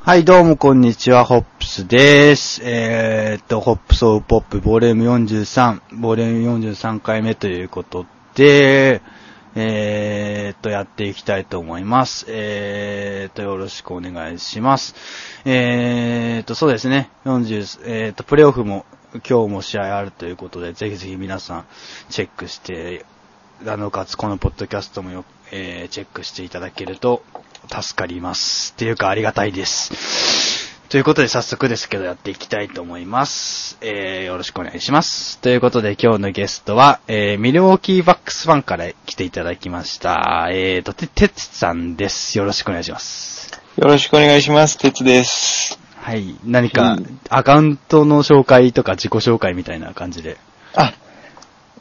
はい、どうもこんにちは、ホップスです。えー、っと、ホップソウルポップ、ボリューム43、ボリューム43回目ということで、えー、っと、やっていきたいと思います。えー、っと、よろしくお願いします。えー、っと、そうですね、40、えー、っと、プレイオフも、今日も試合あるということで、ぜひぜひ皆さん、チェックして、あの、かつ、このポッドキャストもよ、えー、チェックしていただけると助かります。っていうか、ありがたいです。ということで、早速ですけど、やっていきたいと思います。えー、よろしくお願いします。ということで、今日のゲストは、えー、ミルウォーキーバックスファンから来ていただきました。えーと、て、てつさんです。よろしくお願いします。よろしくお願いします。鉄です。はい。何かうん、アカウントの紹介とか自己紹介みたいな感じで。あ、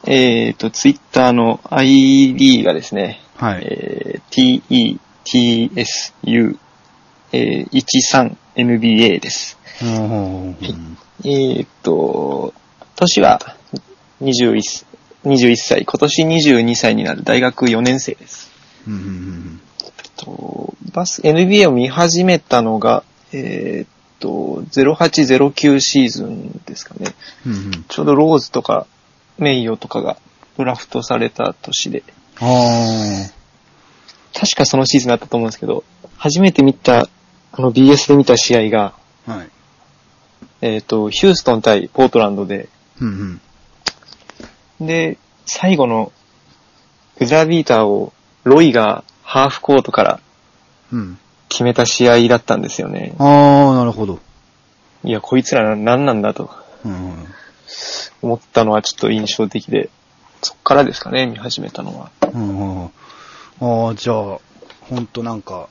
えっ、と、ツイッターの ID がですね、はい。えー tetsu13nba、えー 13NBA です。おーえっ、と、年は21、21歳、今年22歳になる大学4年生です。うんうんうんとバス、NBA を見始めたのが、えっ、と、0809シーズンですかね。うんうんうんちょうどローズとか、名誉とかがドラフトされた年で、あ確かそのシーズンだったと思うんですけど、初めて見た、あの BS で見た試合が、あ。はい。えっ、と、ヒューストン対ポートランドで、うんうん。で、最後のブザービーターをロイがハーフコートからうん。決めた試合だったんですよね。ああ、なるほど。いや、こいつら何なんだとうんうん。思ったのはちょっと印象的で、そっからですかね、見始めたのは。うんうん。ああ、じゃあ、ほんとなんか、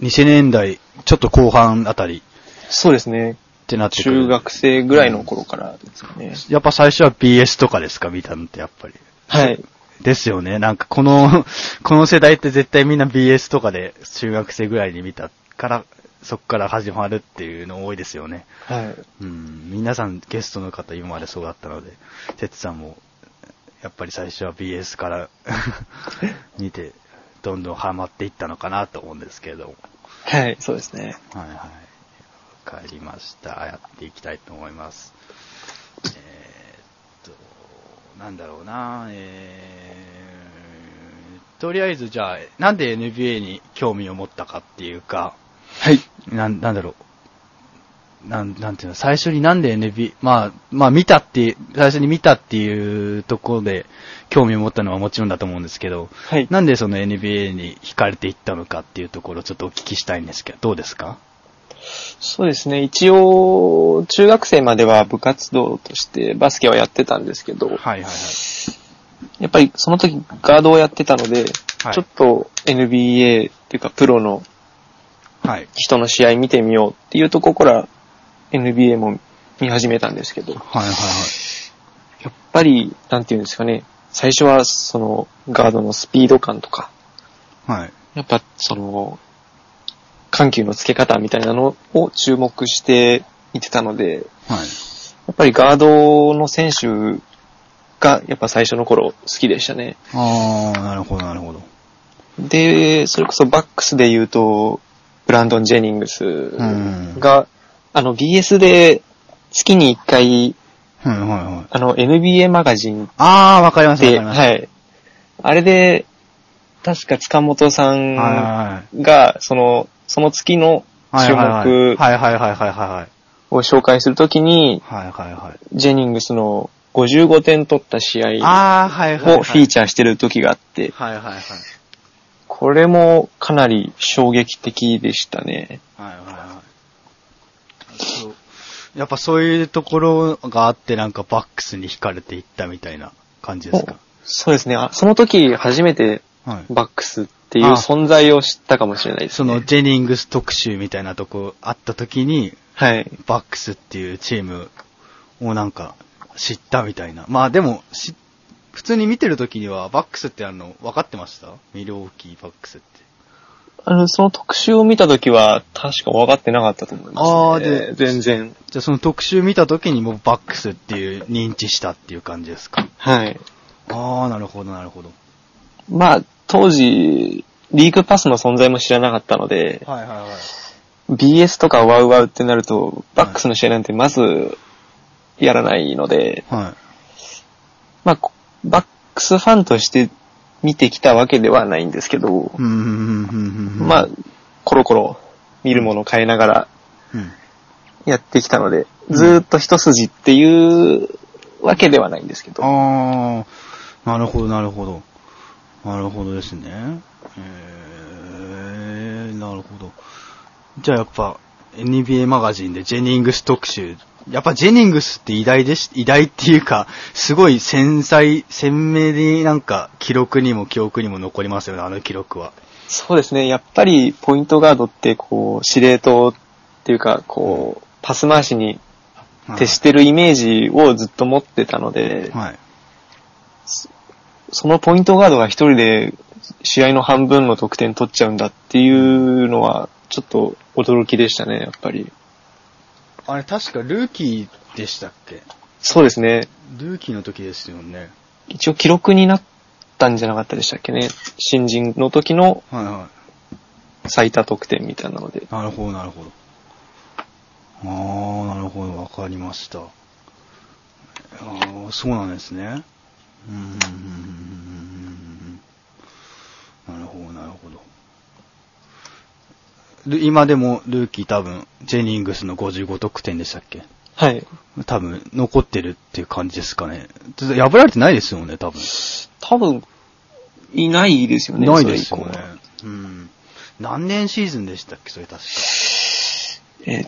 2000年代、ちょっと後半あたりそうですね。ってなってくる。中学生ぐらいの頃からですかね。やっぱ最初は BS とかですか見たのってやっぱり。はい。ですよね。なんかこの、 この世代って絶対みんな BS とかで中学生ぐらいに見たから、そっから始まるっていうの多いですよね。はい。うん。皆さんゲストの方今までそうだったので、てつさんも、やっぱり最初は BS から 見て、どんどんハマっていったのかなと思うんですけれども。はい、そうですね。はいはい。わかりました。やっていきたいと思います。えー、っと、なんだろうな、えー、とりあえずじゃあ、なんで NBA に興味を持ったかっていうか、はい。なん、なんだろう。なん、なんていうの、最初になんで NBA、まあ、まあ見たって、最初に見たっていうところで興味を持ったのはもちろんだと思うんですけど、はい。なんでその NBA に惹かれていったのかっていうところをちょっとお聞きしたいんですけど、どうですかそうですね。一応、中学生までは部活動としてバスケはやってたんですけど、はいはいはい。やっぱりその時ガードをやってたので、はいちょっと NBA っていうかプロのはい。人の試合見てみようっていうところから NBA も見始めたんですけど、やっはいはいぱり、なんていうんですかね、最初はそのガードのスピード感とか、はい。はい。やっぱその、緩急の付け方みたいなのを注目して見てたので、はい。やっぱりガードの選手が、やっぱ最初の頃好きでしたね。あー、なるほどなるほど。で、それこそバックスで言うと、ブランドン・ジェニングスんが、あの BS で月に1回、はいはいはい。あの NBA マガジンあー、わかりますわかで、ります。はい。はい。あれで、確か塚本さんはいが、はいはい。その、その月のはい注はいはい目はいはいはいはいはい。を紹介するときに、はいはいはい。ジェニングスの55点取った試合あー、はいはいはい。をフィーチャーしてる時があって、はいはいはい。これもかなり衝撃的でしたね。はいはいはい。そう。やっぱそういうところがあってなんかバックスに惹かれていったみたいな感じですかそうですね。あその時初めてはい。バックスっていうあ存在を知ったかもしれないですそね。の、ジェニングス特集みたいなとこあった時に、はい。バックスっていうチームをなんか知ったみたいな。まあでも、し、普通に見てる時にはバックスってあの、分かってましたミルウォーキーバックスって。あの、その特集を見た時は確か分かってなかったと思います、ね。あーで全然。じゃあその特集見た時にもうバックスっていう認知したっていう感じですかはい。ああ、なるほどなるほど。まあ、当時、リーグパスの存在も知らなかったので、はいはいはい。 BS とかワウワウってなると、バックスの試合なんてまず、やらないので、はまあ、こバックスファンとして見てきたわけではないんですけどい。、うん、うん、うん、うん。まあ、コロコロ見るものを変えながらうん。やってきたので、ずーっと一筋っていうわけではないんですけど、ああ、なるほど、なるほど。なるほどですね。えー、なるほど。じゃあやっぱ、NBA マガジンでジェニングス特集。やっぱジェニングスって偉大でし、偉大っていうか、すごい繊細、鮮明になんか記録にも記憶にも残りますよね、あの記録は。そうですね、やっぱりポイントガードって、こう、司令塔っていうか、こう、パス回しに徹してるイメージをずっと持ってたので、はい。そのポイントガードが一人で試合の半分の得点取っちゃうんだっていうのは、ちょっと驚きでしたね、やっぱり。あれ確かルーキーでしたっけそうですね。ルーキーの時ですよね。一応記録になったんじゃなかったでしたっけね。新人の時のはいはい。最多得点みたいなので。なるほど、なるほど。ああ、なるほど、わかりました。ああ、そうなんですね。うーん。なるほど、なるほど。ル今でもルーキー多分、ジェニングスの55得点でしたっけはい。多分、残ってるっていう感じですかね。ちょっと破られてないですよね、多分。多分、いないですよね。ないですよそれ以ね降は。うん。何年シーズンでしたっけ、それ確か。えっ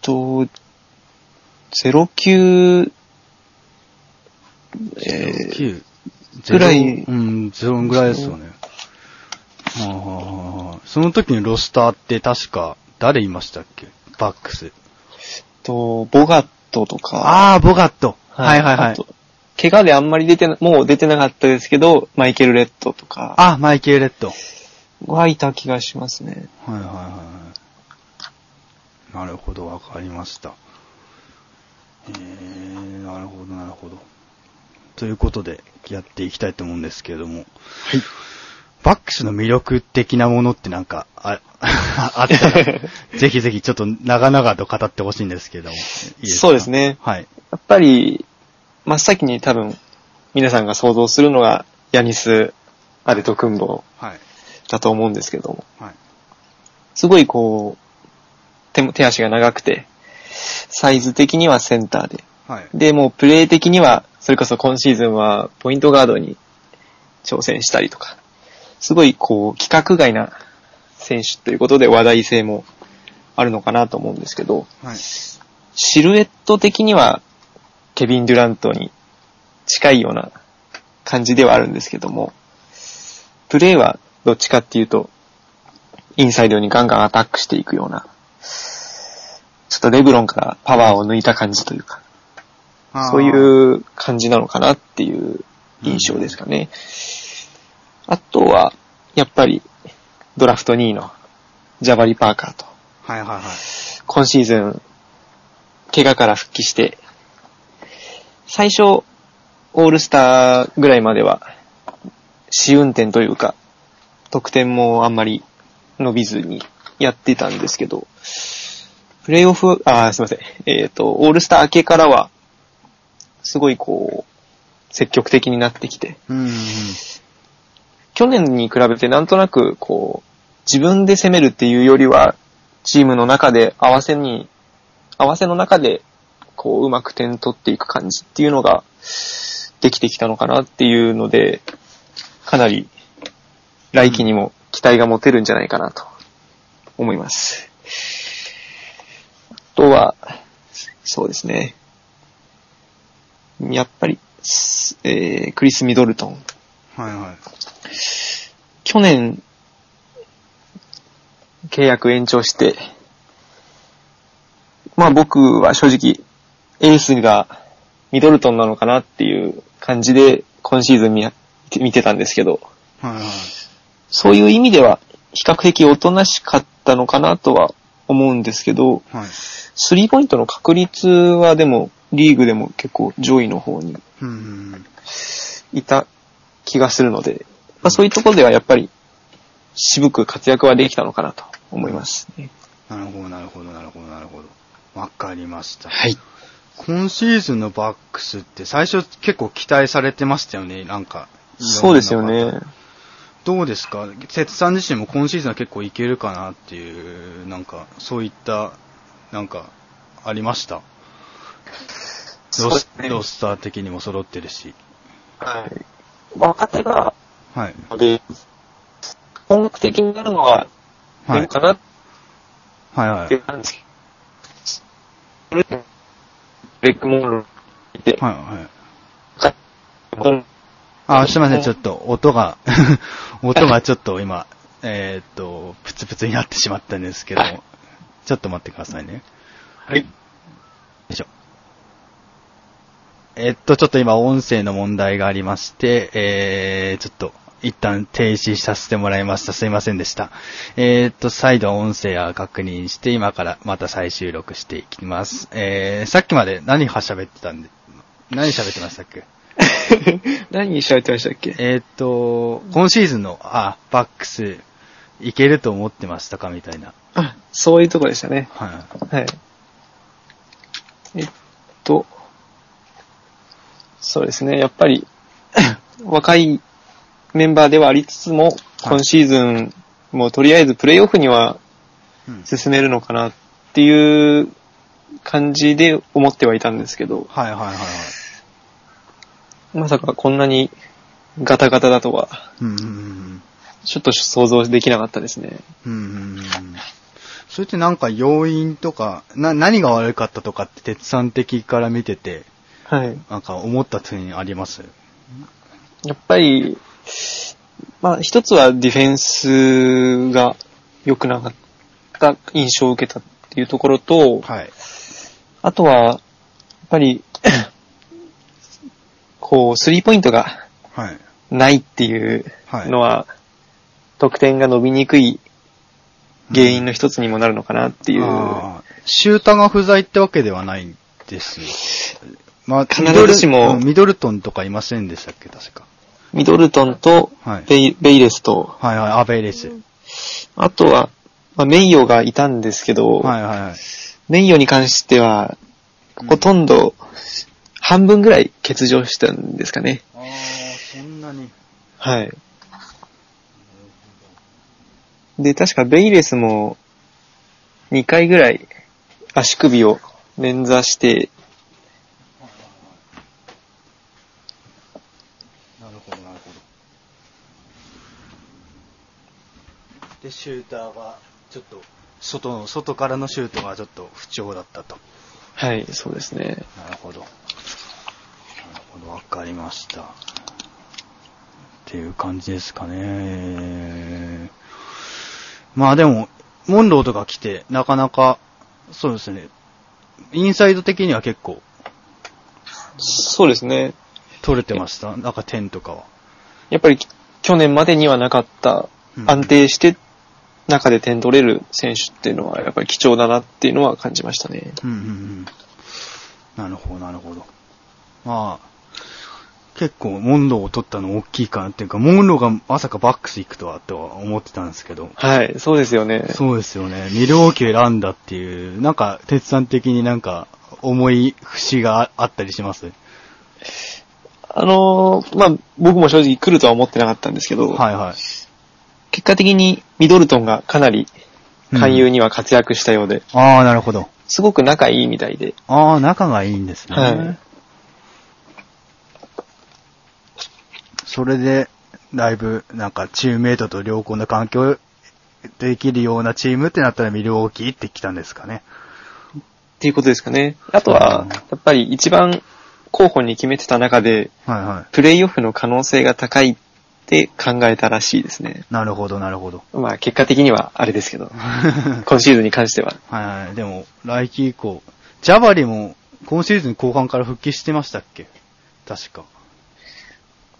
と、09、えー9ぐらいうん、ゼロぐらいですよね。ああ、その時のロスターって確か、誰いましたっけバックス。と、ボガットとか。ああ、ボガット。はいはいはあいと。怪我であんまり出てな、もう出てなかったですけど、マイケル・レッドとかあ、マイケル・レッド。はいはいた気がしますね。はいはい。なるほど、わかりました。えー、なるほど、なるほど。ということで、やっていきたいと思うんですけれども。はい。バックスの魅力的なものってなんか、あ、 あった ら、ぜひぜひちょっと長々と語ってほしいんですけども。いいですかそうですねはい。やっぱり、真っ先に多分、皆さんが想像するのが、ヤニス・アデト・クンボはい。だと思うんですけども、はい。すごいこう、手も、手足が長くて、サイズ的にはセンターで、はい。で、もうプレー的には、それこそ今シーズンはポイントガードに挑戦したりとか、すごいこう、規格外な選手ということで話題性もあるのかなと思うんですけど、はい。シルエット的にはケビン・デュラントに近いような感じではあるんですけども、プレーはどっちかっていうと、インサイドにガンガンアタックしていくような、ちょっとレブロンからパワーを抜いた感じというか、 そうう。いう感じなのかなっていう印象ですかね。あとは、やっぱり、ドラフト2位のジャバリ・パーカーと、はいはいはい。今シーズン、怪我から復帰して、最初、オールスターぐらいまでは、試運転というか、得点もあんまり伸びずにやってたんですけど、プレイオフ、あー、すいません。えっ、と、オールスター明けからは、すごいこう、積極的になってきて、うんうん。去年に比べてなんとなく、こう、自分で攻めるっていうよりは、チームの中で合わせに、合わせの中で、こう、うまく点取っていく感じっていうのが、できてきたのかなっていうので、かなり、来季にも期待が持てるんじゃないかなと、思います。あとは、そうですね。やっぱり、すえー、クリス・ミドルトン。はいはい。去年、契約延長して、まあ僕は正直、エースがミドルトンなのかなっていう感じで、今シーズン見や見てたんですけど、はいはい。そういう意味では、比較的おとなしかったのかなとは思うんですけど、はい。スリーポイントの確率はでも、リーグでも結構上位の方にうんうんうん。いた気がするので、まあ、そういうところではやっぱり渋く活躍はできたのかなと思いますね。なるほど、なるほど、なるほど、なるほど。わかりました。はい。今シーズンのバックスって最初結構期待されてましたよね、なんか。そうですよね。どうですか節さん自身も今シーズンは結構いけるかなっていう、なんか、そういった、なんか、ありましたそうロでスすねロスター的にも揃ってるし。はい。若手が、はい。で、本格的になるのは、はい。かなっはいはてい。感じ。レックモールいて、はいはい。ボンあ、すいません、ちょっと音が、 音がちょっと今、えーっと、プツプツになってしまったんですけど、ちょっと待ってくださいね。よはい。いしょ。えっと、ちょっと今音声の問題がありまして、えー、ちょっと一旦停止させてもらいました。すいませんでした。えーっと、再度音声は確認して、今からまた再収録していきます。えー、さっきまで何は喋ってたんで、何喋ってましたっけ何しゃべってましたっけえーっと、今シーズンの、あ、バックス、いけると思ってましたかみたいな。あ、そういうとこでしたね。はい。はい。えっと、そうですね、やっぱり、 若いメンバーではありつつも、今シーズン、もうとりあえずプレイオフにはうん進めるのかなっていう感じで思ってはいたんですけど、はいはいはいはい。まさかこんなにガタガタだとは、うんうんうんちょっと想像できなかったですね。うん。うんうんうん。それってなんか要因とか、な、何が悪かったとかって、鉄さん的から見てて、はい。なんか思った点にありますやっぱり、まあ、一つはディフェンスが良くなかった印象を受けたっていうところと、はい。あとは、やっぱり、 こう、スリーポイントがはい。ないっていうはいのは、得点が伸びにくい原因の一つにもなるのかなっていう。あーシューターが不在ってわけではないんですよ。まあ、必ずしもミドルうんミドルトンとかいませんでしたっけ、確か。ミドルトンとはいベイ,、ベイレスと、はいはい、アベイレス。あとは、まあ、メイヨがいたんですけど、はいはいはい。メイヨに関してはうん、ほとんど、半分ぐらい欠場したんですかね。ああ、そんなに。はい。で、確かベイレスも、2回ぐらい足首を捻挫して、なるほど、なるほど。で、シューターが、ちょっと、外の、外からのシュートがちょっと不調だったと。はい、そうですね。なるほど。なるほど、わかりました。っていう感じですかね。まあでも、モンローとか来て、なかなか、そうですね。インサイド的には結構そうですね。取れてました。なんか点とかは。やっぱり去年までにはなかったうん安定して中で点取れる選手っていうのはやっぱり貴重だなっていうのは感じましたね。うんうんうん。なるほど、なるほど。まあ、結構、モンローを取ったの大きいかなっていうか、モンローがまさかバックス行くとは、とは思ってたんですけど。はい、そうですよね。そうですよね。ミルウォーキーを選んだっていう、なんか、鉄さん的になんか、重い節があったりしますあのーまあ、僕も正直来るとは思ってなかったんですけど、はいはい。結果的にミドルトンがかなり勧誘に。には活躍したようで、ああ、なるほど。すごく仲いいみたいで、ああ、仲がいいんですね。はいそれで、だいぶ、なんか、チームメイトと良好な環境できるようなチームってなったらミルウォーキーって来たんですかね。っていうことですかね。あとはうん、やっぱり一番候補に決めてた中で、はいはプレイオフの可能性が高いって考えたらしいですね。い。なるほど、なる ほど。まあ、結果的にはあれですけど、は今シーズンに関しては。いはい。でも、来季以降、ジャバリも、今シーズン後半から復帰してましたっけ確か。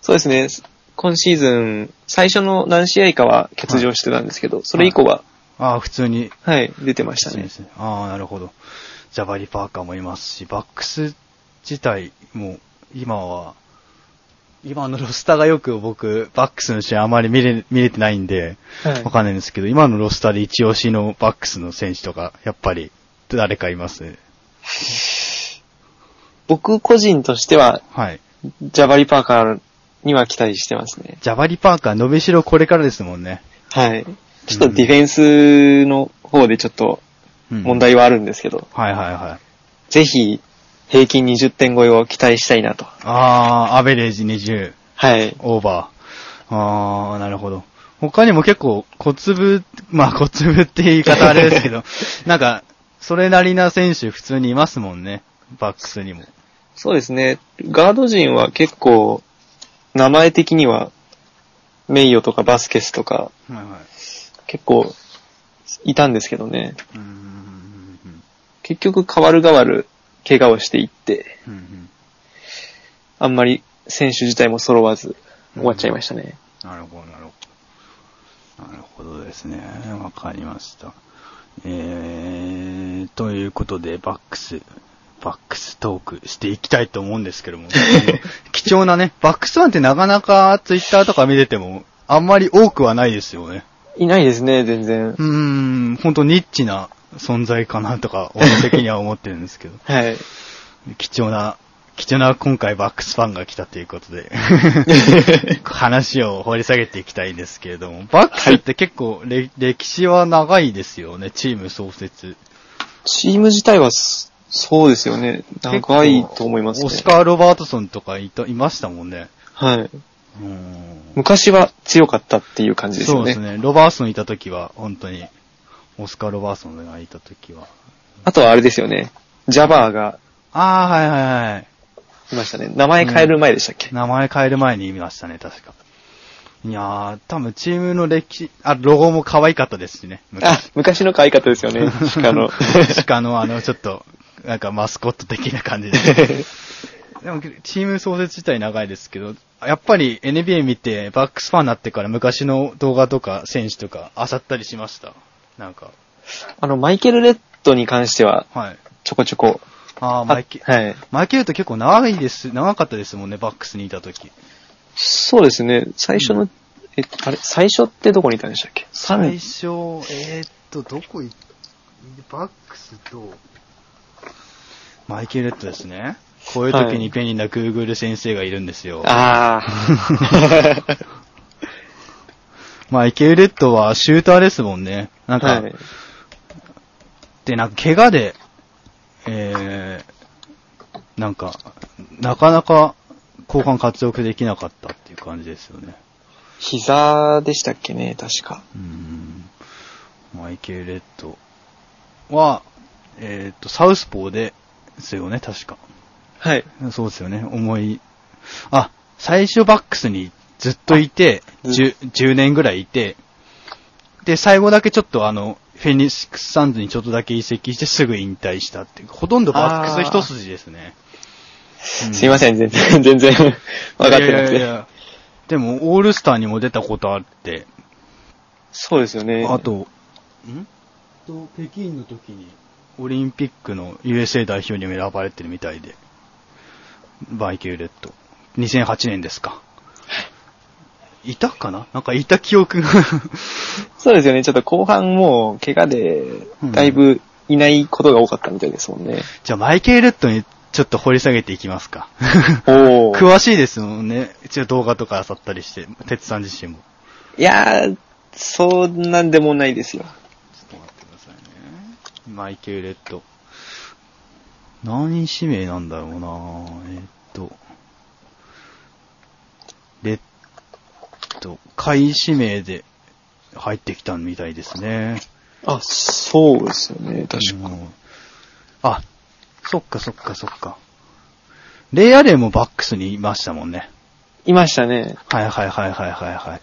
そうですね。今シーズン、最初の何試合かは欠場してたんですけど、それ以降は、ああ、普通にはい、出てましたそうでね。すね。ああ、なるほど。ジャバリパーカーもいますし、バックス自体も今は、今のロスターがよく僕、バックスの試合あまり見れ、見れてないんで、はいわかんないんですけど、今のロスターで一押しのバックスの選手とか、やっぱり、誰かいますね。僕個人としては、はい。ジャバリパーカーには期待してますね。ジャバリパーカー、伸びしろこれからですもんね。はい。ちょっとディフェンスの方でちょっとうん問。題はあるんですけど、はいはいはい。ぜひ平均20点超えを期待したいなと。あー、アベレージ20、はい。オーバー。あー、なるほど。他にも結構、小粒、 まあ小粒って言い方あれですけ ど、なんか、それなりな選手普通にいますもんね。バックスにも。そうですね。ガード陣は結構、名前的には、名誉とかバスケスとか、はいはい。結構、いたんですけどね。うーん。結局、変わる変わる、怪我をしていって、うんうんあんまり選手自体も揃わず、終わっちゃいましたね。なるほど、なるほど。なるほどですね。わかりました。えー、ということで、バックス、バックストークしていきたいと思うんですけど も、貴重なね、バックスワンってなかなかツイッターとか見てても、あんまり多くはないですよね。いないですね、全然う。ーん、ほんとニッチな存在かなとか、俺的には思ってるんですけど、はい。貴重な、貴重な今回バックスファンが来たということ で。話を掘り下げていきたいんですけれども、バックスって結構、れ歴史は長いですよね、チーム創設。チーム自体はそ、そうですよね。長いと思いますオスね。カー・ロバートソンとかいたいましたもんね。はい。うーん昔は強かったっていう感じですそようね。ですね。ロバーソンいた時は、本当に、オスカー・ロバーソンがいた時は。あとはあれですよね。ジャバーがああ、はいはいはい。いましたね。名前変える前でしたっけ、名前変える前に見ましたね、確か。いやー、多分チームの歴史、あ、ロゴも可愛かったですしね。あ、昔の可愛かったですよね。鹿の。 鹿のあの、ちょっと、なんかマスコット的な感じで。でも、チーム創設自体長いですけど、やっぱり NBA 見て、バックスファンになってから昔の動画とか選手とか漁ったりしました。なんか、 あの、マイケル・レッドに関しては、はい。ちょこちょこ。ああ、マイケ、あはい。マイケルと結構長いです、長かったですもんね、バックスにいた時。そうですね。最初うの、え、あれ、最初ってどこにいたんでしたっけ最三初、えー、っと、どこ行っバックスと、マイケル・レッドですね。こういう時に便利な Google 先生がいるんですよ。ああ。まあ、イケルレッドはシューターですもんね。 なんか、はい。で、なんか、怪我で、えー、なんか、なかなか、後半活躍できなかったっていう感じですよね。膝でしたっけね、確か。うん。マイケル・レッドは、えっ、と、サウスポーですよね、確か。はい。そうですよね、重い。あ、最初バックスにずっといて、あうん 10, 10年ぐらいいて、で、最後だけちょっとあの、フェニックスサンズにちょっとだけ移籍してすぐ引退したっていう、ほとんどバックス一筋ですね。すいません、全然、 全然、分かってなくいやいやいて。やでも、オールスターにも出たことあって、そうですよね。あと、んと、北京の時に、オリンピックの USA 代表にも選ばれてるみたいで、バイキューレット。2008年ですか。いたかななんかいた記憶が。 そうですよね。ちょっと後半もう、怪我で、だいぶいないことが多かったみたいですもんね。じゃあ、マイケル・レッドにちょっと掘り下げていきますか。お ー。詳しいですもんね。一応動画とか漁ったりして、哲さん自身も。いやー、そんなんでもないですよ。ちょっと待ってくださいね。マイケル・レッド。何指名なんだろうなえーっと。レッド、会指名で入ってきたみたいですね。あ、そうですよね。確か。に。あ、そっかそっかそっか。レイアレンもバックスにいましたもんね。いましたね。はいはいはいはいはいはい。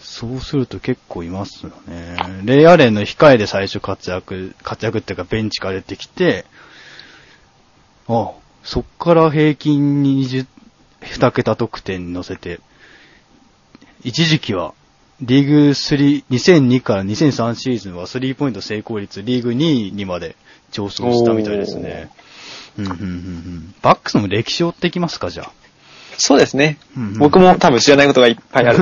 そうすると結構いますよね。レイアレンの控えで最初活躍、活躍っていうかベンチから出てきて、あ、そっから平均20、2桁得点に乗せて、一時期は、リーグ3、2002から2003シーズンはスリーポイント成功率リーグ2位にまで上昇したみたいですね。うんうんうんうん。バックスも歴史を追っていきますか、じゃあ。そうですねうんうん。僕も多分知らないことがいっぱい ある。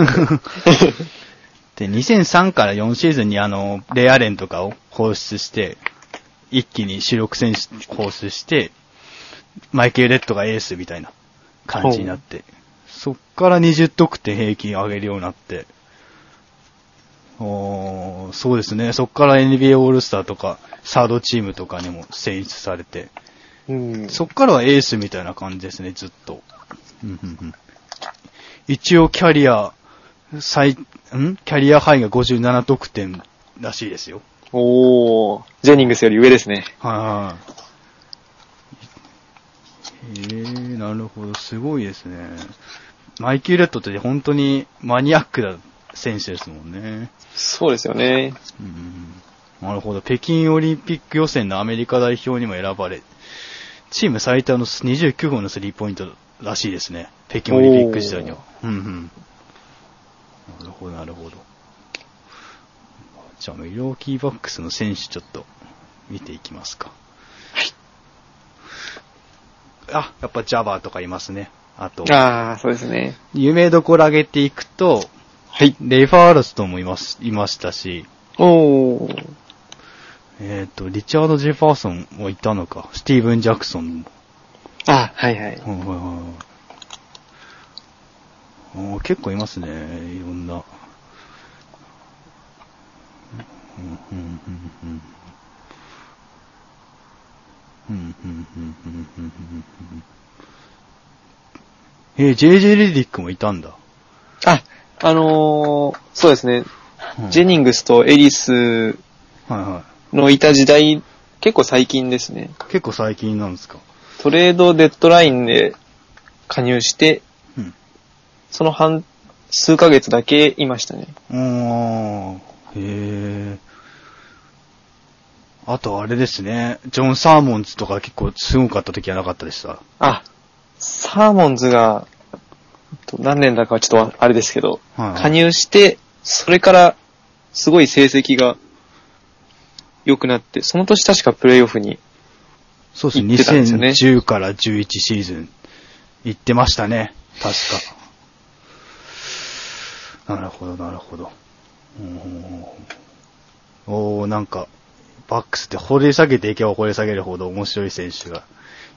で、2003から4シーズンにあの、レアレンとかを放出して、一気に主力選手放出して、マイケル・レッドがエースみたいな感じになって、そっから20得点平均上げるようになって、おーそうですね、そっから NBA オールスターとか、サードチームとかにも選出されて、うんそっからはエースみたいな感じですね、ずっと。うんうんうん一応キャリア、最、んキャリア範囲が57得点らしいですよ。おー、ジェニングスより上ですね。はい、えー、なるほど、すごいですね。マイキー・レッドって本当にマニアックな選手ですもんね。そうですよね。うんなるほど。北京オリンピック予選のアメリカ代表にも選ばれ、チーム最多の29本のスリーポイントらしいですね。北京オリンピック時代には。うんうん。なるほど、なるほど。じゃあ、ミローキーバックスの選手ちょっと見ていきますか。あ、やっぱジャバーとかいますね。あと、あー、そうですね。有名どころ上げていくと、はい。レイファールストンもいます、いましたし、おー、えっ、と、リチャード・ジェファーソンもいたのか。スティーブン・ジャクソンも。あはいはい。はいはいはいおー結構いますね。いろんな。うんうんうんうんうんうんうんうんうんうんうんえー、JJ レディックもいたんだ。あ、あのー、そうですね。うんジェニングスとエリスはいはのいた時代、結構最近ですね。い。結構最近なんですか。トレードデッドラインで加入して、うん。その半、数ヶ月だけいましたね。うーん。へえ。あとあれですね、ジョン・サーモンズとか結構すごかった時はなかったでした。あ、サーモンズが、何年だかはちょっとあれですけど、はいはい加入して、それから、すごい成績が良くなって、その年確かプレイオフに、そうですね、行ってたんですよね2010から11シーズン行ってましたね、確か。なるほど、なるほど。おーおーなんか、バックスって掘り下げていけば掘り下げるほど面白い選手が。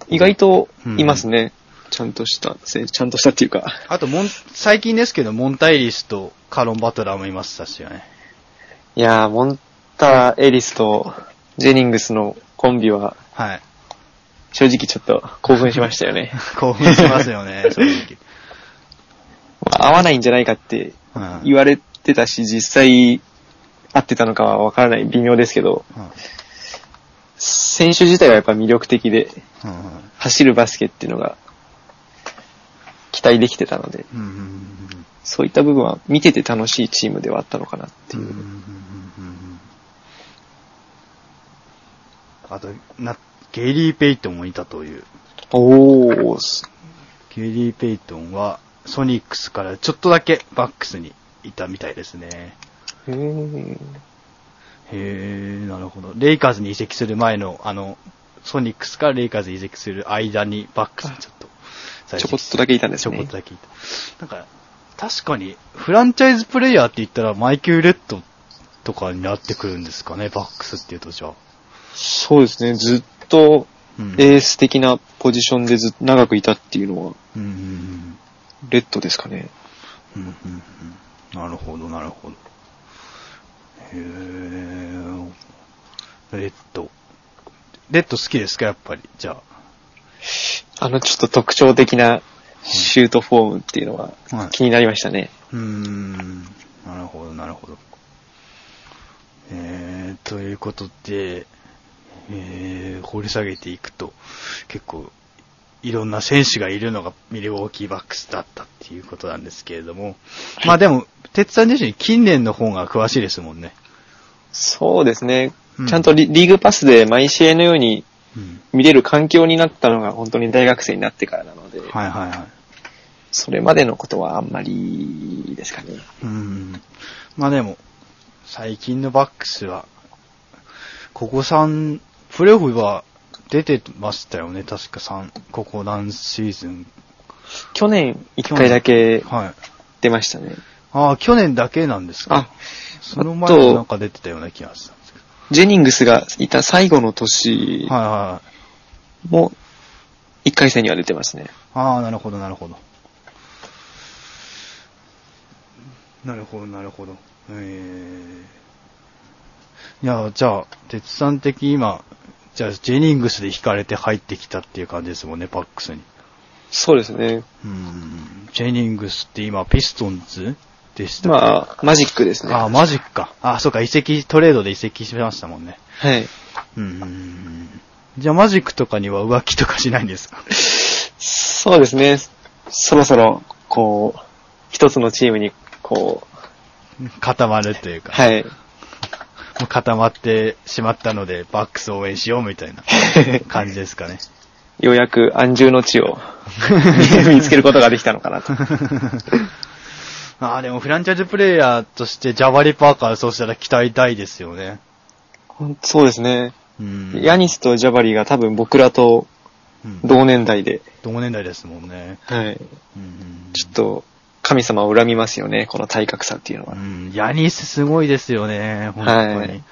意外といますね。ちゃんとした、せちゃんとしたっていうか。あとモン、最近ですけど、モンタイリスとカロン・バトラーもいましたしね。いやー、モンター・エリスとジェニングスのコンビは、はい。正直ちょっと興奮しましたよ ね。興奮しますよね、正直。合わないんじゃないかってうん言われてたし、実際合ってたのかはわからない、微妙ですけど、うん選手自体はやっぱ魅力的で、うん走るバスケっていうのが期待できてたので、うんうんそういった部分は見てて楽しいチームではあったのかなってういんうんうんうんう。うんあと、な、ゲイリー・ペイトンもいたという。おー、すゲイリー・ペイトンは、ソニックスからちょっとだけバックスにいたみたいですね。うーんへえ、なるほど。レイカーズに移籍する前の、あの、ソニックスからレイカーズに移籍する間にバックスにちょっと在ちょこ籍っしとだけいたんですちょこっねと。だけ聞いた。なんか、確かに、フランチャイズプレイヤーって言ったら、マイキュー・レッドとかになってくるんですかね、バックスっていうとじゃあ。そうですね、ずっとうんエース的なポジションでずっと長くいたっていうのは、うんうんレッドですかね。うん。うんうんうん。なるほど、なるほど。へーレッド。レッド好きですか、やっぱり。じゃあのちょっと特徴的なシュートフォームっていうのははい気になりましたね。あ。うーん。なるほど、なるほど。えー、ということで、えー、掘り下げていくと、結構、いろんな選手がいるのがミルウォーキーバックスだったっていうことなんですけれども、まあでも、鉄さん自身近年の方が詳しいですもんね。そうですねうん。ちゃんとリリーグパスで毎試合のようにうん。見れる環境になったのが本当に大学生になってからなので、はいはいはい。それまでのことはあんまりですかね。うん。まあでも、最近のバックスは、ここ3、プレイオフは出てましたよね。確か3、ここ何シーズン去年一回だけはい。出ましたね。ああ、去年だけなんですあか。、その前はなんか出てたような気がしたんですけジェニングスがいた最後の年ど。はいはい。も、一回戦には出てますね。ああ、なるほど、なるほど。なるほど、なるほど。ええいや、じゃあ、鉄さん的今、じゃあ、ジェニングスで引かれて入ってきたっていう感じですもんね、パックスに。そうですね。うん。ジェニングスって今、ピストンズでしたっけまあ、マジックですね。ああ、マジか。ああ、そうか、移籍、トレードで移籍しましたもんね。はい。うんうんうんうん。じゃあ、マジックとかには浮気とかしないんですか そうですね。そろそろ、こう、一つのチームに、こう、固まるというか。はい。もう固まってしまったので、バックス応援しようみた いな感じですかね。 ようやく安住の地を 見つけることができたのかなと。ああ、でもフランチャイズプレイヤーとしてジャバリ・パーカーそうしたら期待大ですよね。 そうですね。うん。ヤニスとジャバリが多分僕らとうん同年代で、同年代ですもんね。はい。うんうんちょっと、神様を恨みますよね、この体格差っていうのうは。ん。ヤニスすごいですよね、本当に。はい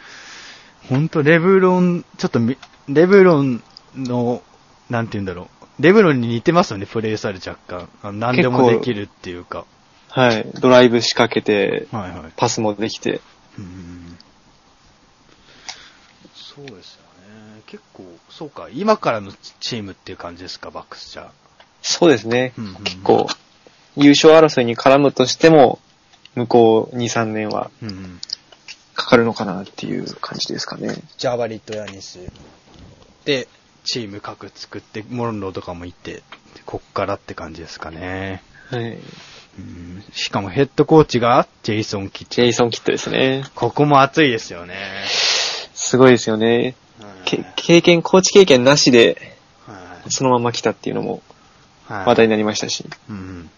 本当レブロン、ちょっとみ、レブロンの、なんて言うんだろう。レブロンに似てますよね、プレイされ若干。あ何でも結で構きるっていうか。はい。ドライブ仕掛けて、はいはい。パスもできて。うんそうですよね。結構、そうか、今からのチームっていう感じですか、バックスじゃ。そうですね。うんうんうん結構、優勝争いに絡むとしても、向こう2、3年はうんうん。かかるのかなっていう感じですかね。ジャバリとヤニスで、チーム各作って、モロンローとかもいて、こっからって感じですかね。はい。うん、しかもヘッドコーチがジェイソン・キッジチェン。イソン・キッドですね。ここも熱いですよね。すごいですよね。け経験、コーチ経験なしで、はいそのまま来たっていうのもはい話題になりましたし。うん。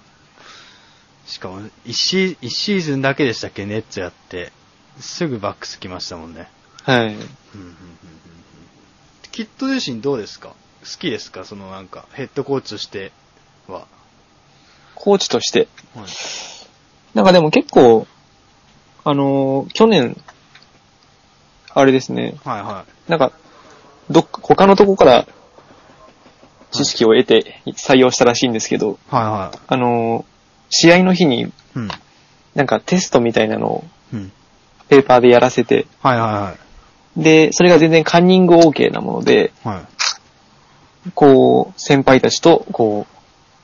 しかも、一シー、一シーズンだけでしたっけ、ネッツやって。すぐバックス来ましたもんね。はい。キット自身どうですか好きですかそのなんか、ヘッドコーチとしては。コーチとして。はい。なんかでも結構、あのー去年、あれですね。はいはなんか、どっか、他のとこから知識を得て採用したらしいんですけど、い。はいはあのー試合の日にい。うん。なんかテストみたいなのをうん。ペーパーでやらせて、はいはで、それが全然カンニング OK なもので、いはい。はい。こう、先輩たちと、こ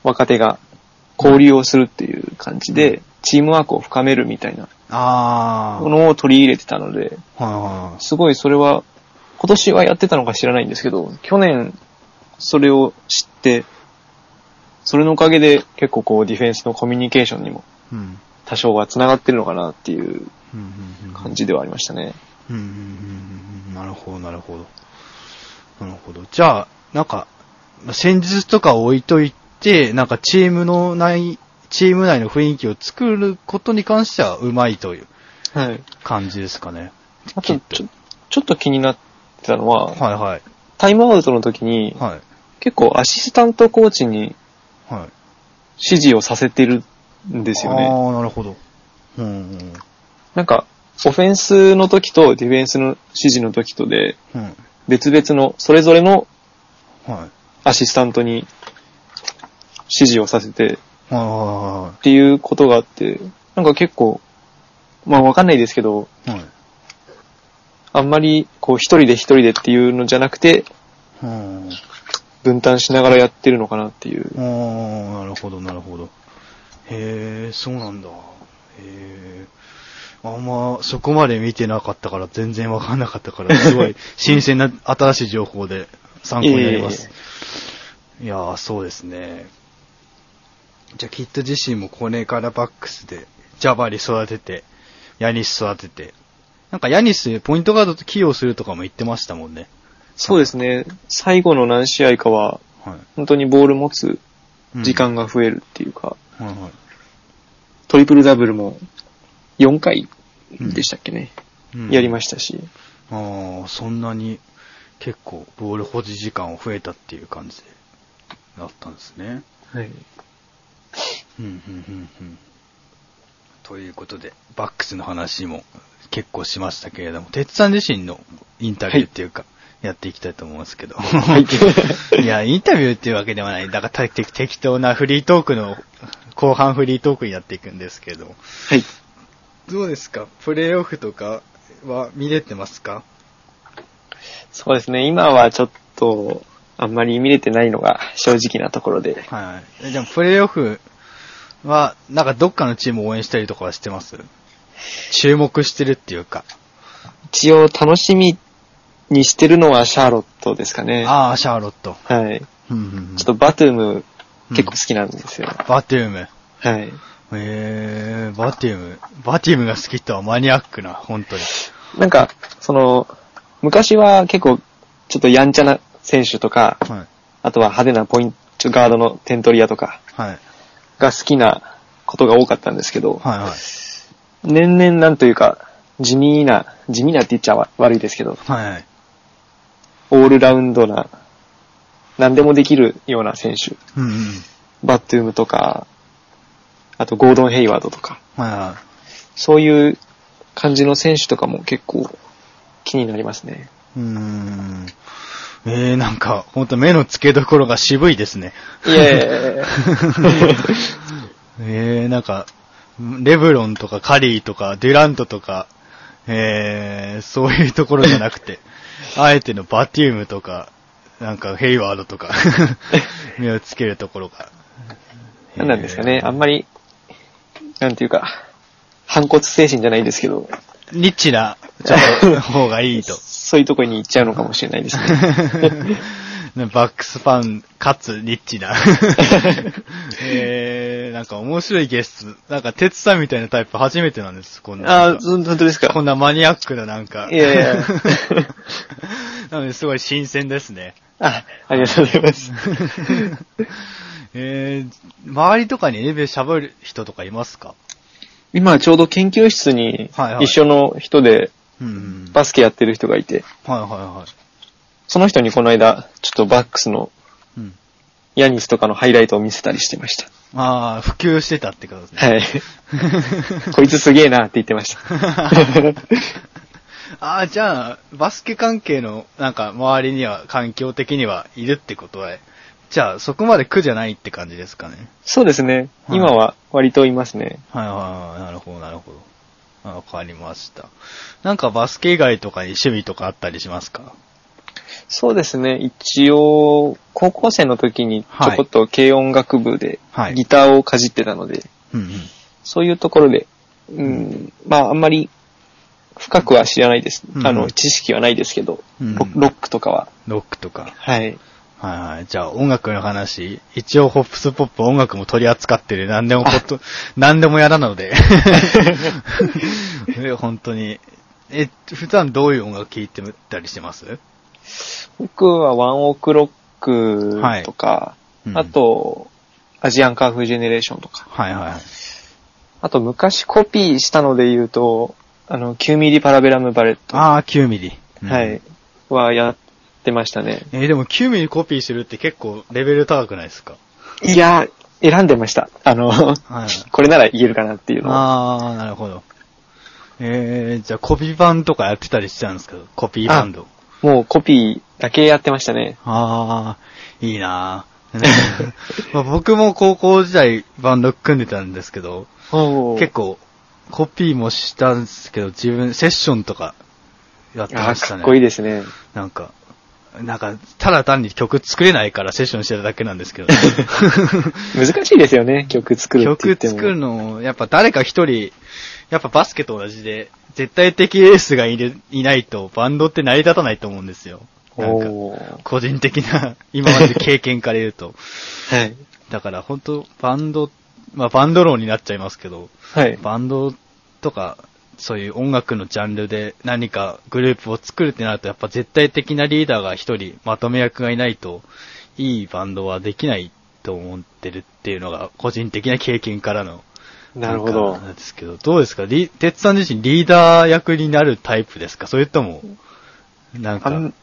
う、若手が交流をするっていう感じで、チームワークを深めるみたいなあー。ものを取り入れてたので、はいはい。すごいそれは、今年はやってたのか知らないんですけど、去年、それを知って、それのおかげで結構こうディフェンスのコミュニケーションにもうん。多少は繋がってるのかなっていううんうんうん感じではありましたね。うんうんうんうん。なるほど、なるほど。なるほど。じゃあ、なんか、戦術とかを置いといて、なんかチームの内、チーム内の雰囲気を作ることに関してはうまいというはい。感じですかね。あと、ちょ、ちょっと気になってたのは、はいはい。タイムアウトの時に、はい。結構アシスタントコーチにはい。指示をさせてるんですよね。ああ、なるほど。うんうん。なんか、オフェンスの時とディフェンスの指示の時とで、うん。別々の、それぞれのはい。アシスタントに指示をさせてっはいはていうことがあって、なんか結構、まあわかんないですけど、いはいはい。あんまりこう一人で一人でっていうのじゃなくて、うん。分担しながらやってるのかなっていう。ああ、なるほど、なるほど。へえ、そうなんだ。へえ。あんま、そこまで見てなかったから、全然わかんなかったから、す ごい、新鮮な、新しい情報で、参考になります。いやー、そうですね。じゃあ、きっと自身もこれからバックスで、ジャバリ育てて、ヤニス育てて、なんかヤニス、ポイントガードと起用するとかも言ってましたもんね。そうですね。最後の何試合かは、は本当にボール持つい。時。間が増えるっていうか、はいはい。トリプルダブルも4回でしたっけね。うんやりましたし。ああ、そんなに結構ボール保持時間を増えたっていう感じで、だったんですね。はい。うんうんうんうん。ということで、バックスの話も結構しましたけれども、鉄さん自身のインタビューっていうか、やっていきたいと思うんですけど。 い、や、インタビューっていうわけではない。だからた適適当なフリートークの、後半フリートークになっていくんですけど。はい。どうですかプレイオフとかは見れてますかそうですね、今はちょっと、あんまり見れてないのが 正直なところで。はい。えでも、プレイオフは、なんかどっかのチームを応援したりとかはしてます注目してるっていうか。一応楽しみにしてるのはシャーロットですかね。ああ、シャーロット。はい。うんうんうんちょっとバトゥーム結構好きなんですよ。バティウム。はい。えー、バティウム。バティウムが好きとはマニアックな、本当に。なんか、その、昔は結構、ちょっとやんちゃな選手とか、はい。あとは派手なポイント、ガードの点取り屋とかはい。が好きなことが多かったんですけど、はいはい。年々なんというか、地味な、地味なって言っちゃ悪いですけど、はいはい。オールラウンドな、何でもできるような選手。うんうん。バットゥームとか、あとゴードン・ヘイワードとか、はいはそういう感じの選手とかも結構気になりますね。い。うーん。えー、なんか、ほんと目の付けどころが渋いですね。いえいえ えー、なんか、レブロンとかカリーとかデュラントとか、えー、そういうところじゃなく て、あえてのバティウムとか、なんかヘイワードと か、目をつけるところが。 何なんですかね。えーあんまり、なんていうか、反骨精神じゃないですけど、ニッチな、ちょっと、方がいいと。 そういうとこに行っちゃうのかもしれないですね。バックスファン、かつ、ニッチ な。えー、なんか面白いゲスト。なんか、鉄さんみたいなタイプ初めてなんです、こんな。ああ、本当ですこ かん。なマニアックななんか。いやいや なので、すごい新鮮ですね。 あ、ありがとうございます。えー、周りとかにエベ喋る人とかいますか今ちょうど研究室にはいはい一緒の人でうん。はいバスケやってる人がいて、はいはその人にこの間、ちょっとバックスのい。うん。ヤニスとかのハイライトを見せたりしてました。ああ、普及してたってことですね。はい。こいつすげえなって言ってました。 ああ、じゃあ、バスケ関係の、なんか、周りには、環境的にはいるってことは、じゃあ、そこまで苦じゃないって感じですかね。そうですね。はい今は割といますね。はいはいはい、なるほど、なるほど。あわかりました。なんか、バスケ以外とかに趣味とかあったりしますかそうですね。一応、高校生の時にちょこっと軽音楽部ではいギターをかじってたので、うんうん。そういうところで、うん、まああんまり深くは知らないです。うんあの、知識はないですけど、うんロロックとかは。ロックとか。はい。はいはい。じゃあ、音楽の話。一応、ホップスポップ音楽も取り扱ってる。何でもポット、何でもやらなので。 え本当に。え、普段どういう音楽聴いてたりしてます僕はワンオクロックとか、はいうんあと、アジアンカーフジェネレーションとか。はいはい。あと昔コピーしたので言うと、あの、9ミリパラベラムバレット。ああ、9ミリ。うんはい。。はやってましたね。えーでも9ミリコピーするって結構レベル高くないですかいや、選んでました。あの、いこれなら言えるかなっていうのは。ああ、なるほど。えー、じゃあコピー版とかやってたりしちゃうんですかコピーバンド。もうコピーだけやってましたね。ああ、いいな ぁまあ僕も高校時代バンド組んでたんですけど、結結構コピーもしたんですけど、自分セッションとかやって構、あまあ、したかね。っこいいですね。なんか、なんか、ただ単に曲作れないからセッションしてただけなんですけ ど。難しいですよね、曲作るって言曲っても。作るの、やっぱ誰か一人、やっぱバスケと同じで、絶対的エースがいるいないとバンドって成り立たないと思うんですよ。なんか、おー個人的な 今まで経験から言うと。はい。だから本当バンド、まあバンド論になっちゃいますけど、はい。バンドとか、そういう音楽のジャンルで何かグループを作るってなると、やっぱ絶対的なリーダーが一人、まとめ役がいないと、いいバンドはできないと思ってるっていうのが、個人的な経験からのなるほどんか。なんですけど、どうですかリ、鉄さん自身リーダー役になるタイプですかそれとも、なんあか、ん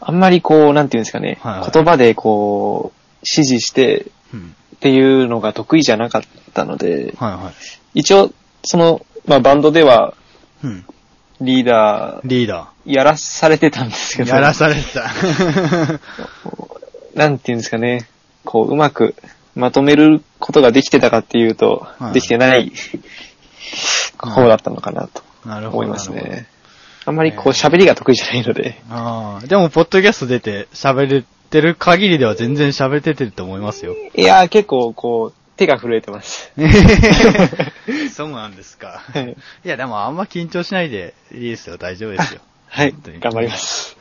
あんまりこう、なんていうんですかね、はいはい言葉でこう、指示して、うん。っていうのが得意じゃなかったので、はいはい。一応、その、まあバンドではうん。リーダー、リーダやらされてたんですけー。ど、やらされて た。なんていうんですかね、こう、うまくまとめることができてたかっていうと、はいできてない方だったのかなとなるほど。思いますなるほどね。あんまりこう喋りが得意じゃないので、ああ、でも、ポッドキャスト出て喋れてる限りでは全然喋れててると思います よ。いやー結構こう、手が震えてます。そうなんですか。 はいいや、でもあんま緊張しないでいいですよ。大丈夫ですよ。はい本当に、頑張ります。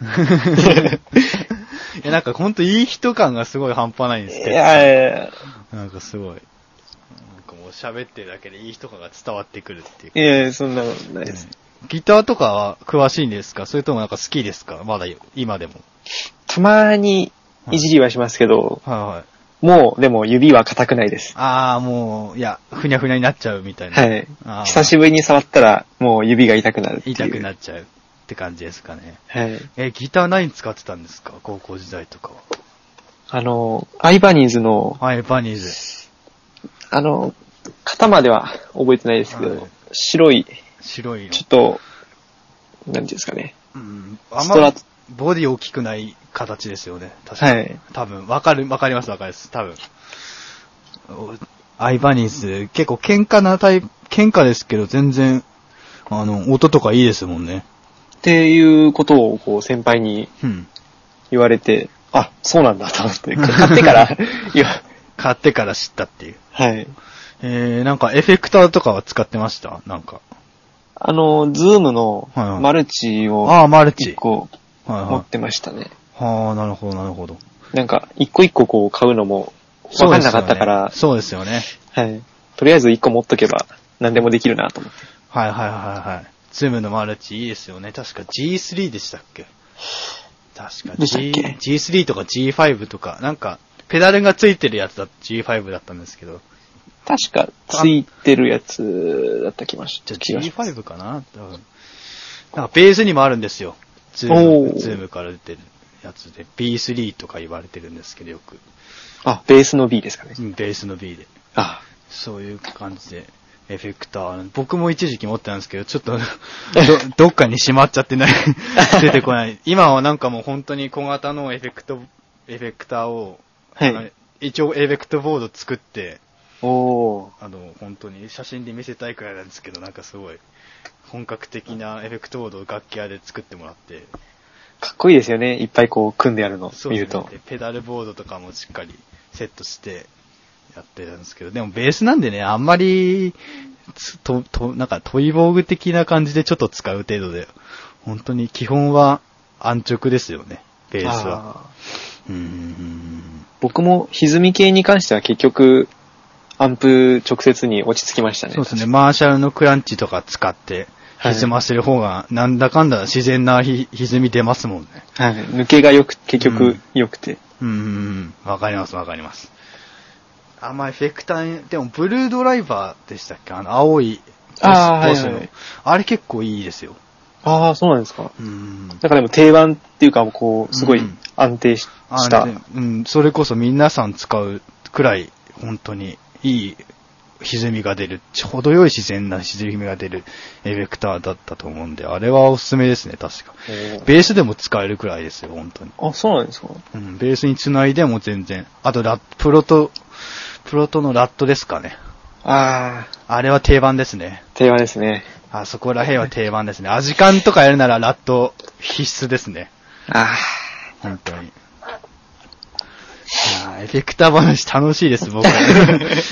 いや、なんかほんといい人感がすごい半端ないんでいすけど。やーなんかすごい。なんかもう喋ってるだけでいい人感が伝わってくるっていういやいやそんなことないです。ギターとかは詳しいんですかそれともなんか好きですかまだ今でも。たまにいじりはしますけど、はいはい。もうでも指は硬くないです。ああ、もう、いや、ふにゃふにゃになっちゃうみたいな。はいあー。久しぶりに触ったら、もう指が痛くなるっていう。痛くなる。っちゃうって感じですかね。はい。え、ギター何使ってたんですか高校時代とかあの、アイバニーズの、は。はい、バニーズ。あの、型までは覚えてないですけど、はい白い、白いのちょっ。と、なんていうんですかね。うん。あんストまラ、ボディ大きくない形ですよね。確かはに。い。多分、わかる、わかります、わかります。多分。おアイバニーズ、結構喧嘩なタイプ、喧嘩ですけど、全然、あの、音とかいいですもんね。っていうことを、こう、先輩にうん。言われて、あ、そうなんだと思って、買ってから、いや、買ってから知ったっていう。はい。えー、なんかエフェクターとかは使ってましたなんか。あの、ズームのはいはいマルチをああ、マル一チ。個はい持はってましたね。い。はあ、なるほど、なるほど。なんか、一個一個こう買うのも、わかんなかったから、そうですよね。はい。とりあえず一個持っとけば、何でもできるなと思って。はいはいはいはい。ズームのマルチいいですよね。確か G3 でしたっけ確かでしたっ G け G3 とか G5 とか、なんか、ペダルがついてるやつだ、G5 だったんですけど。確か、ついてるやつだった気がしじゃあ気がします G5 かな多分。なんかベースにもあるんですよ。ズーおム、ーズームから出てるやつで。B3 とか言われてるんですけど、よく。あ、ベースの B ですかねう。んベースの B で。あ、そういう感じで、エフェクター。僕も一時期持ってたんですけど、ちょ っとど、どっかにしまっちゃってない。 出てこない。今はなんかもう本当に小型のエフェクト、エフェクターを、はいあの一応エフェクトボード作って、おー。あの、本当に写真で見せたいくらいなんですけど、なんかすごい、本格的なエフェクトボードを楽器屋で作ってもらって、かっこいいですよね。いっぱいこう、組んであるの、そう見でるすねと。。でペダルボードとかもしっかりセットしてやってるんですけど、でもベースなんでね、あんまり、つと、と、なんかトイボーグ的な感じでちょっと使う程度で、本当に基本は安直ですよね、ベースは。あーうんうんうん僕も、歪み系に関しては結局、アンプ直接に落ち着きましたうんね。そうですね、マーシャルのクランチとか使って、はい歪ませる方が、なんだかんだ自然なひ歪み出ますもんね。はい。抜けがよく、結う局ん良くて。うんうんうん。わかります、わかります。あんまエフェクターに、でも、ブルードライバーでしたっけあの、青い、あーボスボスのはいはいあれ結構いいですよ。ああ、そうなんですか。うん。だからでも定番っていうか、こう、すごいうん安定しあした。でうん、それこそ皆さん使うくらい、本当にいい歪みが出る、程よい自然な歪みが出るエフェクターだったと思うんで、あれはおすすめですね、確か。おーベースでも使えるくらいですよ、本当に。あ、そうなんですか。うん、ベースにつないでも全然。あと、ラプロと、プロとのラットですかね。ああ、あれは定番ですね。定番ですね。あそこら辺は定番ですね。アジカンとかやるならラット必須ですね。あ本当に。いやーエフェクター話楽しいです、 僕は。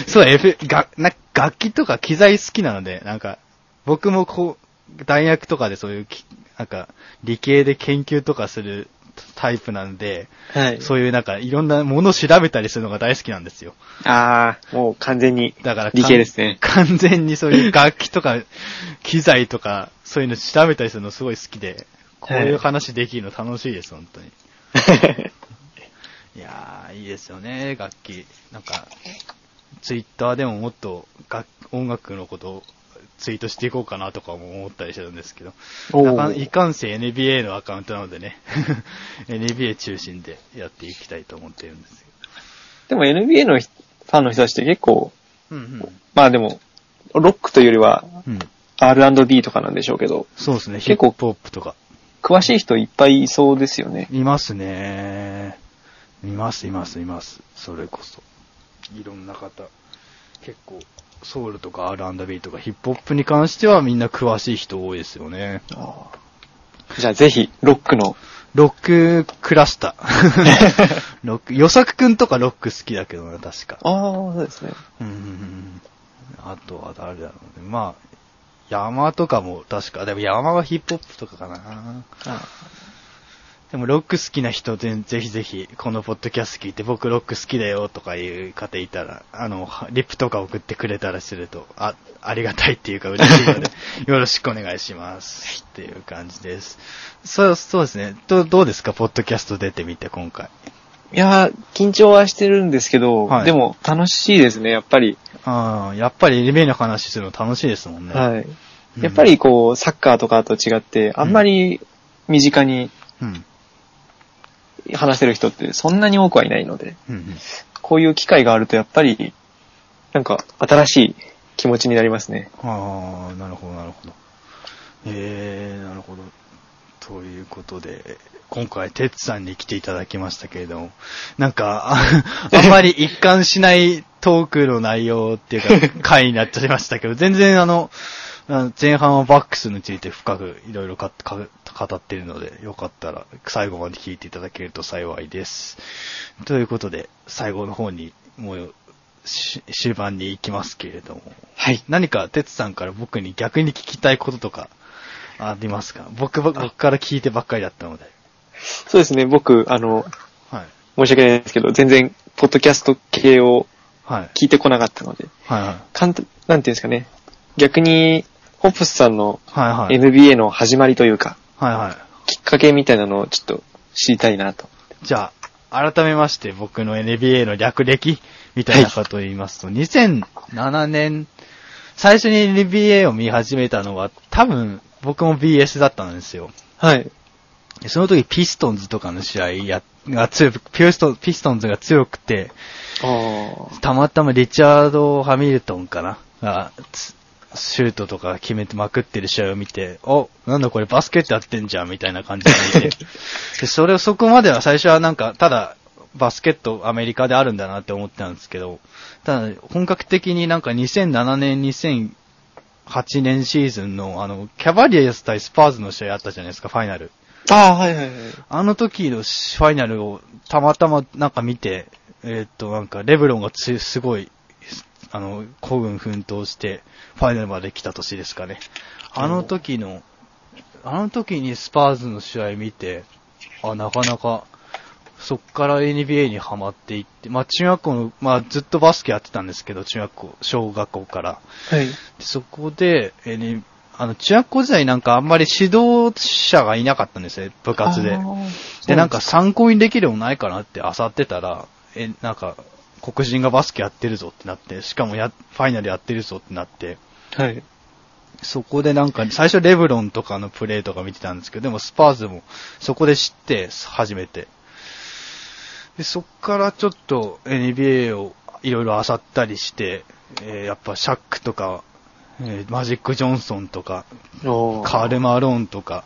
そう、エフェ、が、な、楽器とか機材好きなので、なんか、僕もこう、大学とかでそういうき、なんか、理系で研究とかするタイプなので、あ、はい。そういうなんか、いろんなものを調べたりするのが大好きなんですよ。ああ、もう完全にだから、理系ですね。完完全にそういう楽器とか、機材と か、そういうの調べたりするのすごい好きで、こういう話できるの楽しいです、本 当に。いやー、いいですよね、楽器。なんか、ツイッターでももっと楽音楽のことをツイートしていこうかなとかも思ったりしてるんですけど、おなかーいかんせん NBA のアカウントなのでね、NBA 中心でやっていきたいと思っているんですよ。でも NBA のひファンの人たちって結構、うんまあでも、ロックというよりはうん。うん。 R&B とかなんでしょうけど、そうですね。ヒップ結構ホップとか。詳しい人いっぱいいそうですよね。いますね。います、います、います。それこそ。いろんな方。結構、ソウルとか R&B とかヒップホップに関してはみんな詳しい人多いですよね。じゃあぜひ、ロックの、ロッククラスター。ロック、よさくくんとかロック好きだけどな、確か。ああ、そうですね。うんうんうん。あとは誰だろうね。まあ、山とかも確か、でも山はヒップホップとかかな。でもロック好きな人ぜんぜひぜひこのポッドキャスト聞いて僕ロック好きだよとかいう方いたら、あの、リップとか送ってくれたらすると、あ、ありがたいっていうか嬉しいので、 よろしくお願いします。っていう感じです。そう、そうですね。どどうですかポッドキャスト出てみて今回。いやー、緊張はしてるんですけど、はいでも楽しいですね、やっぱり。ああ、やっぱりリベの話するの楽しいですもんね。はい。うんやっぱりこう、サッカーとかと違って、あんまり身近にうん。話せる人ってそんなに多くはいないので、うんうん。こういう機会があるとやっぱり、なんか新しい気持ちになりますね。ああ、なるほど、なるほど。ええー、なるほど。ということで、今回、てつさんに来ていただきましたけれども、なんか、あ あんまり一貫しないトークの内容っていうか、回になっちゃいましたけど、全然あの、あの前半はバックスについて深くいろいろかか語っているので、よかったら最後まで聞いていただけると幸いです。ということで、最後の方に、もう、し終盤に行きますけれども、はい。何か、てつさんから僕に逆に聞きたいこととか、ありますか僕ば、僕から聞いてばっかりだったので。そうですね、僕、あの、はい。申し訳ないですけど、全然、ポッドキャスト系をはい。聞いてこなかったので、はいはい。簡単、なんていうんですかね、逆に、ホップスさんのはいはい。 NBA の始まりというか、はいはきっかけみたいなのをちょっと知りたいなと。い。じゃあ、改めまして僕の NBA の略歴みたいなことを言いますと、2007年、最初に NBA を見始めたのは、多分僕も BS だったんですよ。はい。でその時ピストンズとかの試合や、が強く、ピストンピストンズが強くて、ああ。たまたまリチャード・ハミルトンかなが、つシュートとか決めてまくってる試合を見て、お、なんだこれバスケットやってんじゃんみたいな感じで見て。で、それをそこまでは最初はなんか、ただ、バスケットアメリカであるんだなって思ってたんですけど、ただ、本格的になんか2007年、2008年シーズンのあの、キャバリアス対スパーズの試合あったじゃないですか、ファイナル。ああ、はいはいはい。あの時のファイナルをたまたまなんか見て、えーっと、なんかレブロンがつすごい、あの、孤軍奮闘して、ファイナルまで来た年ですかね。あの時の、あの時にスパーズの試合見て、あ、なかなか、そっから NBA にハマっていって、まあ中学校の、まあずっとバスケやってたんですけど、中学校、小学校から。はい。でそこで、えーね、あの、中学校時代なんかあんまり指導者がいなかったんですね、部活であ。ー。で、なんか参考にできるもんないかなって漁ってたら、え、なんか、黒人がバスケやってるぞってなって、しかもや、ファイナルやってるぞってなって、はい。そこでなんか、最初レブロンとかのプレーとか見てたんですけど、でもスパーズもそこで知って、初めて。で、そっからちょっと NBA をいろいろ漁ったりして、えーやっぱシャックとか、えーマジック・ジョンソンとか、おカール・マローンとか、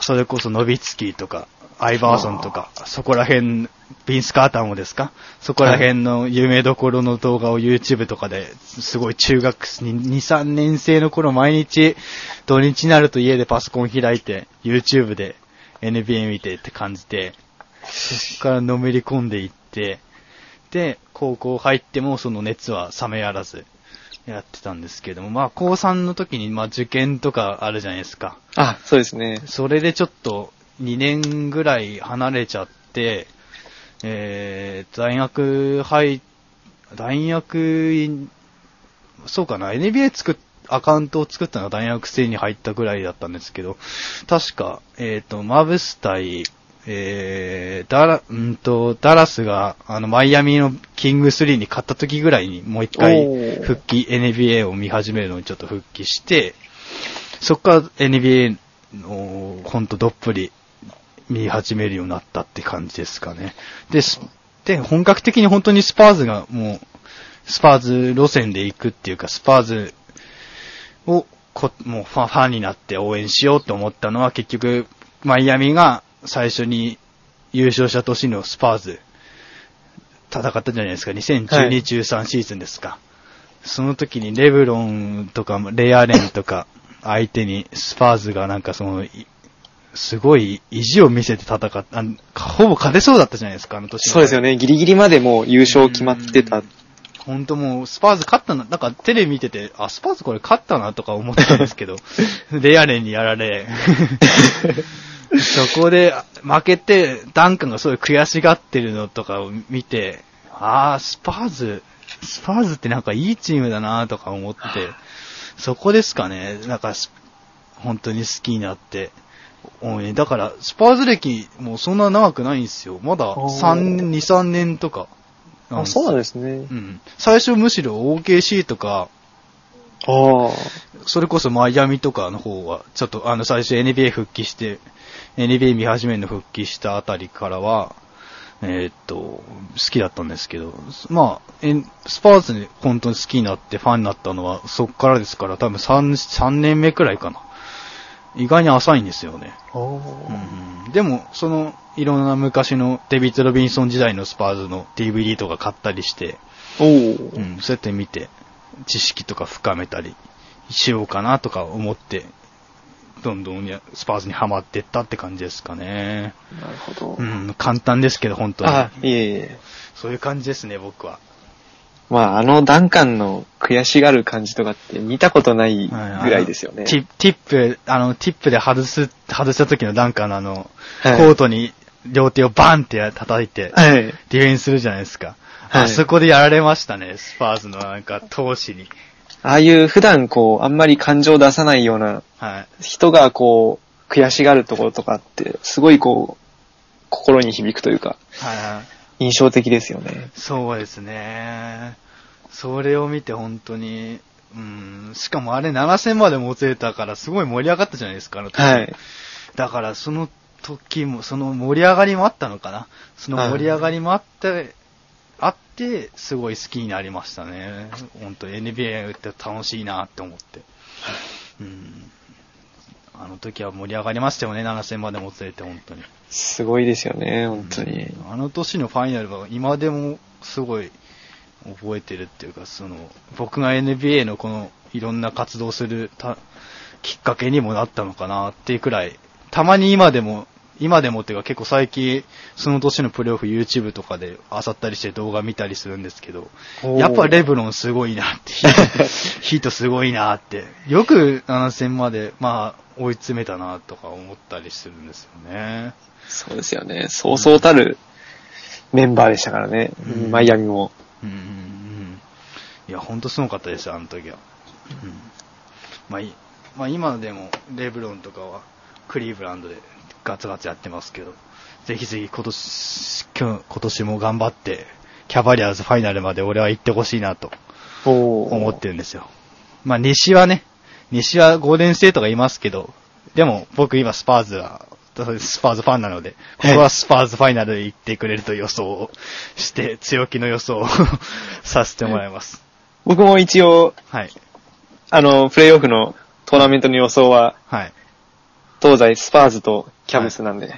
それこそノビツキーとか、アイバーソンとか、そこら辺、ビンス・カーターもですかそこら辺の有名どころの動画を YouTube とかですごい中学に2、3年生の頃毎日土日になると家でパソコン開いて YouTube で NBA 見てって感じで、そこからのめり込んでいって、で、高校入ってもその熱は冷めやらずやってたんですけども、まあ高3の時にまあ受験とかあるじゃないですか。あ、そうですね。それでちょっと2年ぐらい離れちゃって、えー、大学入、大学院、そうかな、NBA 作っ、アカウントを作ったのは大学生に入ったぐらいだったんですけど、確か、えっ、と、マブス対、えー、ダラ、うんと、ダラスが、あの、マイアミのキング3に勝った時ぐらいにもう一回おー復帰、NBA を見始めるのにちょっと復帰して、そっから NBA の、ほんとどっぷり見始めるようになったって感じですかね。で、すで、本格的に本当にスパーズがもう、スパーズ路線で行くっていうか、スパーズをこ、もうファンファンになって応援しようと思ったのは結局、マイアミが最初に優勝した年のスパーズ、戦ったじゃないですか。2012、はい13シーズンですか。その時にレブロンとかレアレンとか相手にスパーズがなんかその、いすごい意地を見せて戦った、あのほぼ勝てそうだったじゃないですか、あの年のそうですよね。ギリギリまでもう優勝決まってた。本当もう、スパーズ勝ったな、なんかテレビ見てて、あ、スパーズこれ勝ったなとか思ってたんです けど、レアレンにやられ、そこで負けて、ダンカンがすごい悔しがってるのとかを見て、あー、スパーズ、スパーズってなんかいいチームだなとか思って、そこですかね、なんかス、本当に好きになって、応援だから、スパーズ歴もうそんな長くないんですよ。まだ3、2、3年とか。あ、そうなんですですねう。ん。最初むしろ OKC とか、ああ。それこそマイアミとかの方は、ちょっとあの最初 NBA 復帰して、NBA 見始めるの復帰したあたりからは、えーっと、好きだったんですけど、まあ、えんスパーズに本当に好きになってファンになったのはそっからですから、多分3、三年目くらいかな。意外に浅いんですよね。うんでも、その、いろんな昔のデビッド・ロビンソン時代のスパーズの DVD とか買ったりして、おおう。ん、そうやって見て、知識とか深めたりしようかなとか思って、どんどんやスパーズにはまってったって感じですかね。なるほどう。ん、簡単ですけど、本当に。あ、いえいえ。そういう感じですね、僕は。まあ、あのダンカンの悔しがる感じとかって見たことないぐはいらいですよね。あのティティップ、あの、ティップで外す、外した時のダンカーのあの、はいコートに両手をバンって叩いて、はい。ディフェンスするじゃないですか。はいあそこでやられましたね、スパーズのなんか投資に。ああいう普段こう、あんまり感情出さないようなはい。人がこう、悔しがるところとかって、すごいこう、心に響くというか、はいはい。印象的ですよね。そうですね。それを見て本当に、うん、しかもあれ7000までもつれたからすごい盛り上がったじゃないですか、あの時はい。だからその時も、その盛り上がりもあったのかな。その盛り上がりもあって、あって、すごい好きになりましたね。本当 NBA って楽しいなって思って。うん。あの時は盛り上がりましたよね、7000までもつれて、本当に。すごいですよね、本当に。あの年のファイナルは今でもすごい覚えてるっていうか、その、僕が NBA のこのいろんな活動するたきっかけにもなったのかなっていうくらい、たまに今でも、今でもっていうか結構最近、その年のプレイオフ YouTube とかで漁ったりして動画見たりするんですけど、おーやっぱレブロンすごいなって、ヒートヒートすごいなって、よく7戦まで、まあ、追い詰めたなとか思ったりするんですよね。そうですよね。そうそうたるメンバーでしたからね。うんマイアミも。うんうんうんいや、ほんとすごかったですよ、あの時は。うんまあ、いまあ、今でも、レブロンとかは、クリーブランドでガツガツやってますけど、ぜひぜひ今年、今日今年も頑張って、キャバリアーズファイナルまで俺は行ってほしいなとお思ってるんですよ。まあ、西はね、西はゴールデンステートがいますけど、でも僕今スパーズは、スパーズファンなので、ここはスパーズファイナルで行ってくれると予想をして、強気の予想を させてもらいます。僕も一応、はい。あの、プレイオフのトーナメントの予想は、はい。東西スパーズとキャブスなんで。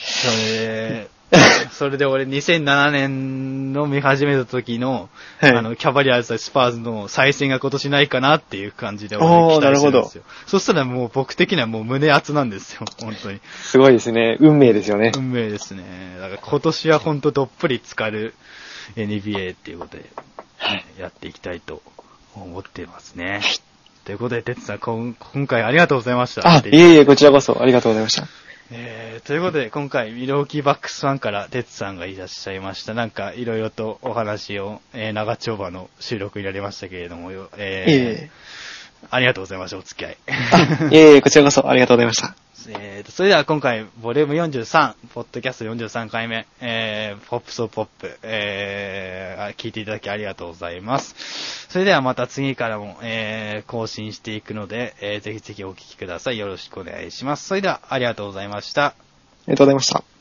それで、 それで俺2007年の見始めた時の、はいあの、キャバリアーズとスパーズの再戦が今年ないかなっていう感じで俺おー期待してるんですよ。そしたらもう僕的にはもう胸熱なんですよ、本当に。すごいですね。運命ですよね。運命ですね。だから今年は本当どっぷり浸かる NBA っていうことで、やっていきたいと思っていますね。ということで、てつさん、こん今回ありがとうございました。あ、いえいえ、こちらこそありがとうございました。えーということで、今回、ミローキーバックスファンからてつさんがいらっしゃいました。なんか、いろいろとお話を、えー長丁場の収録になりましたけれども、よえーえありがとうございました、お付き合い。え。いえいえ、こちらこそありがとうございました。えーと、それでは今回、ボリューム43、ポッドキャスト43回目、えー、ポップソーポップ、えー、あ聞いていただきありがとうございます。それではまた次からも、えー、更新していくので、えー、ぜひぜひお聞きください。よろしくお願いします。それでは、ありがとうございました。ありがとうございました。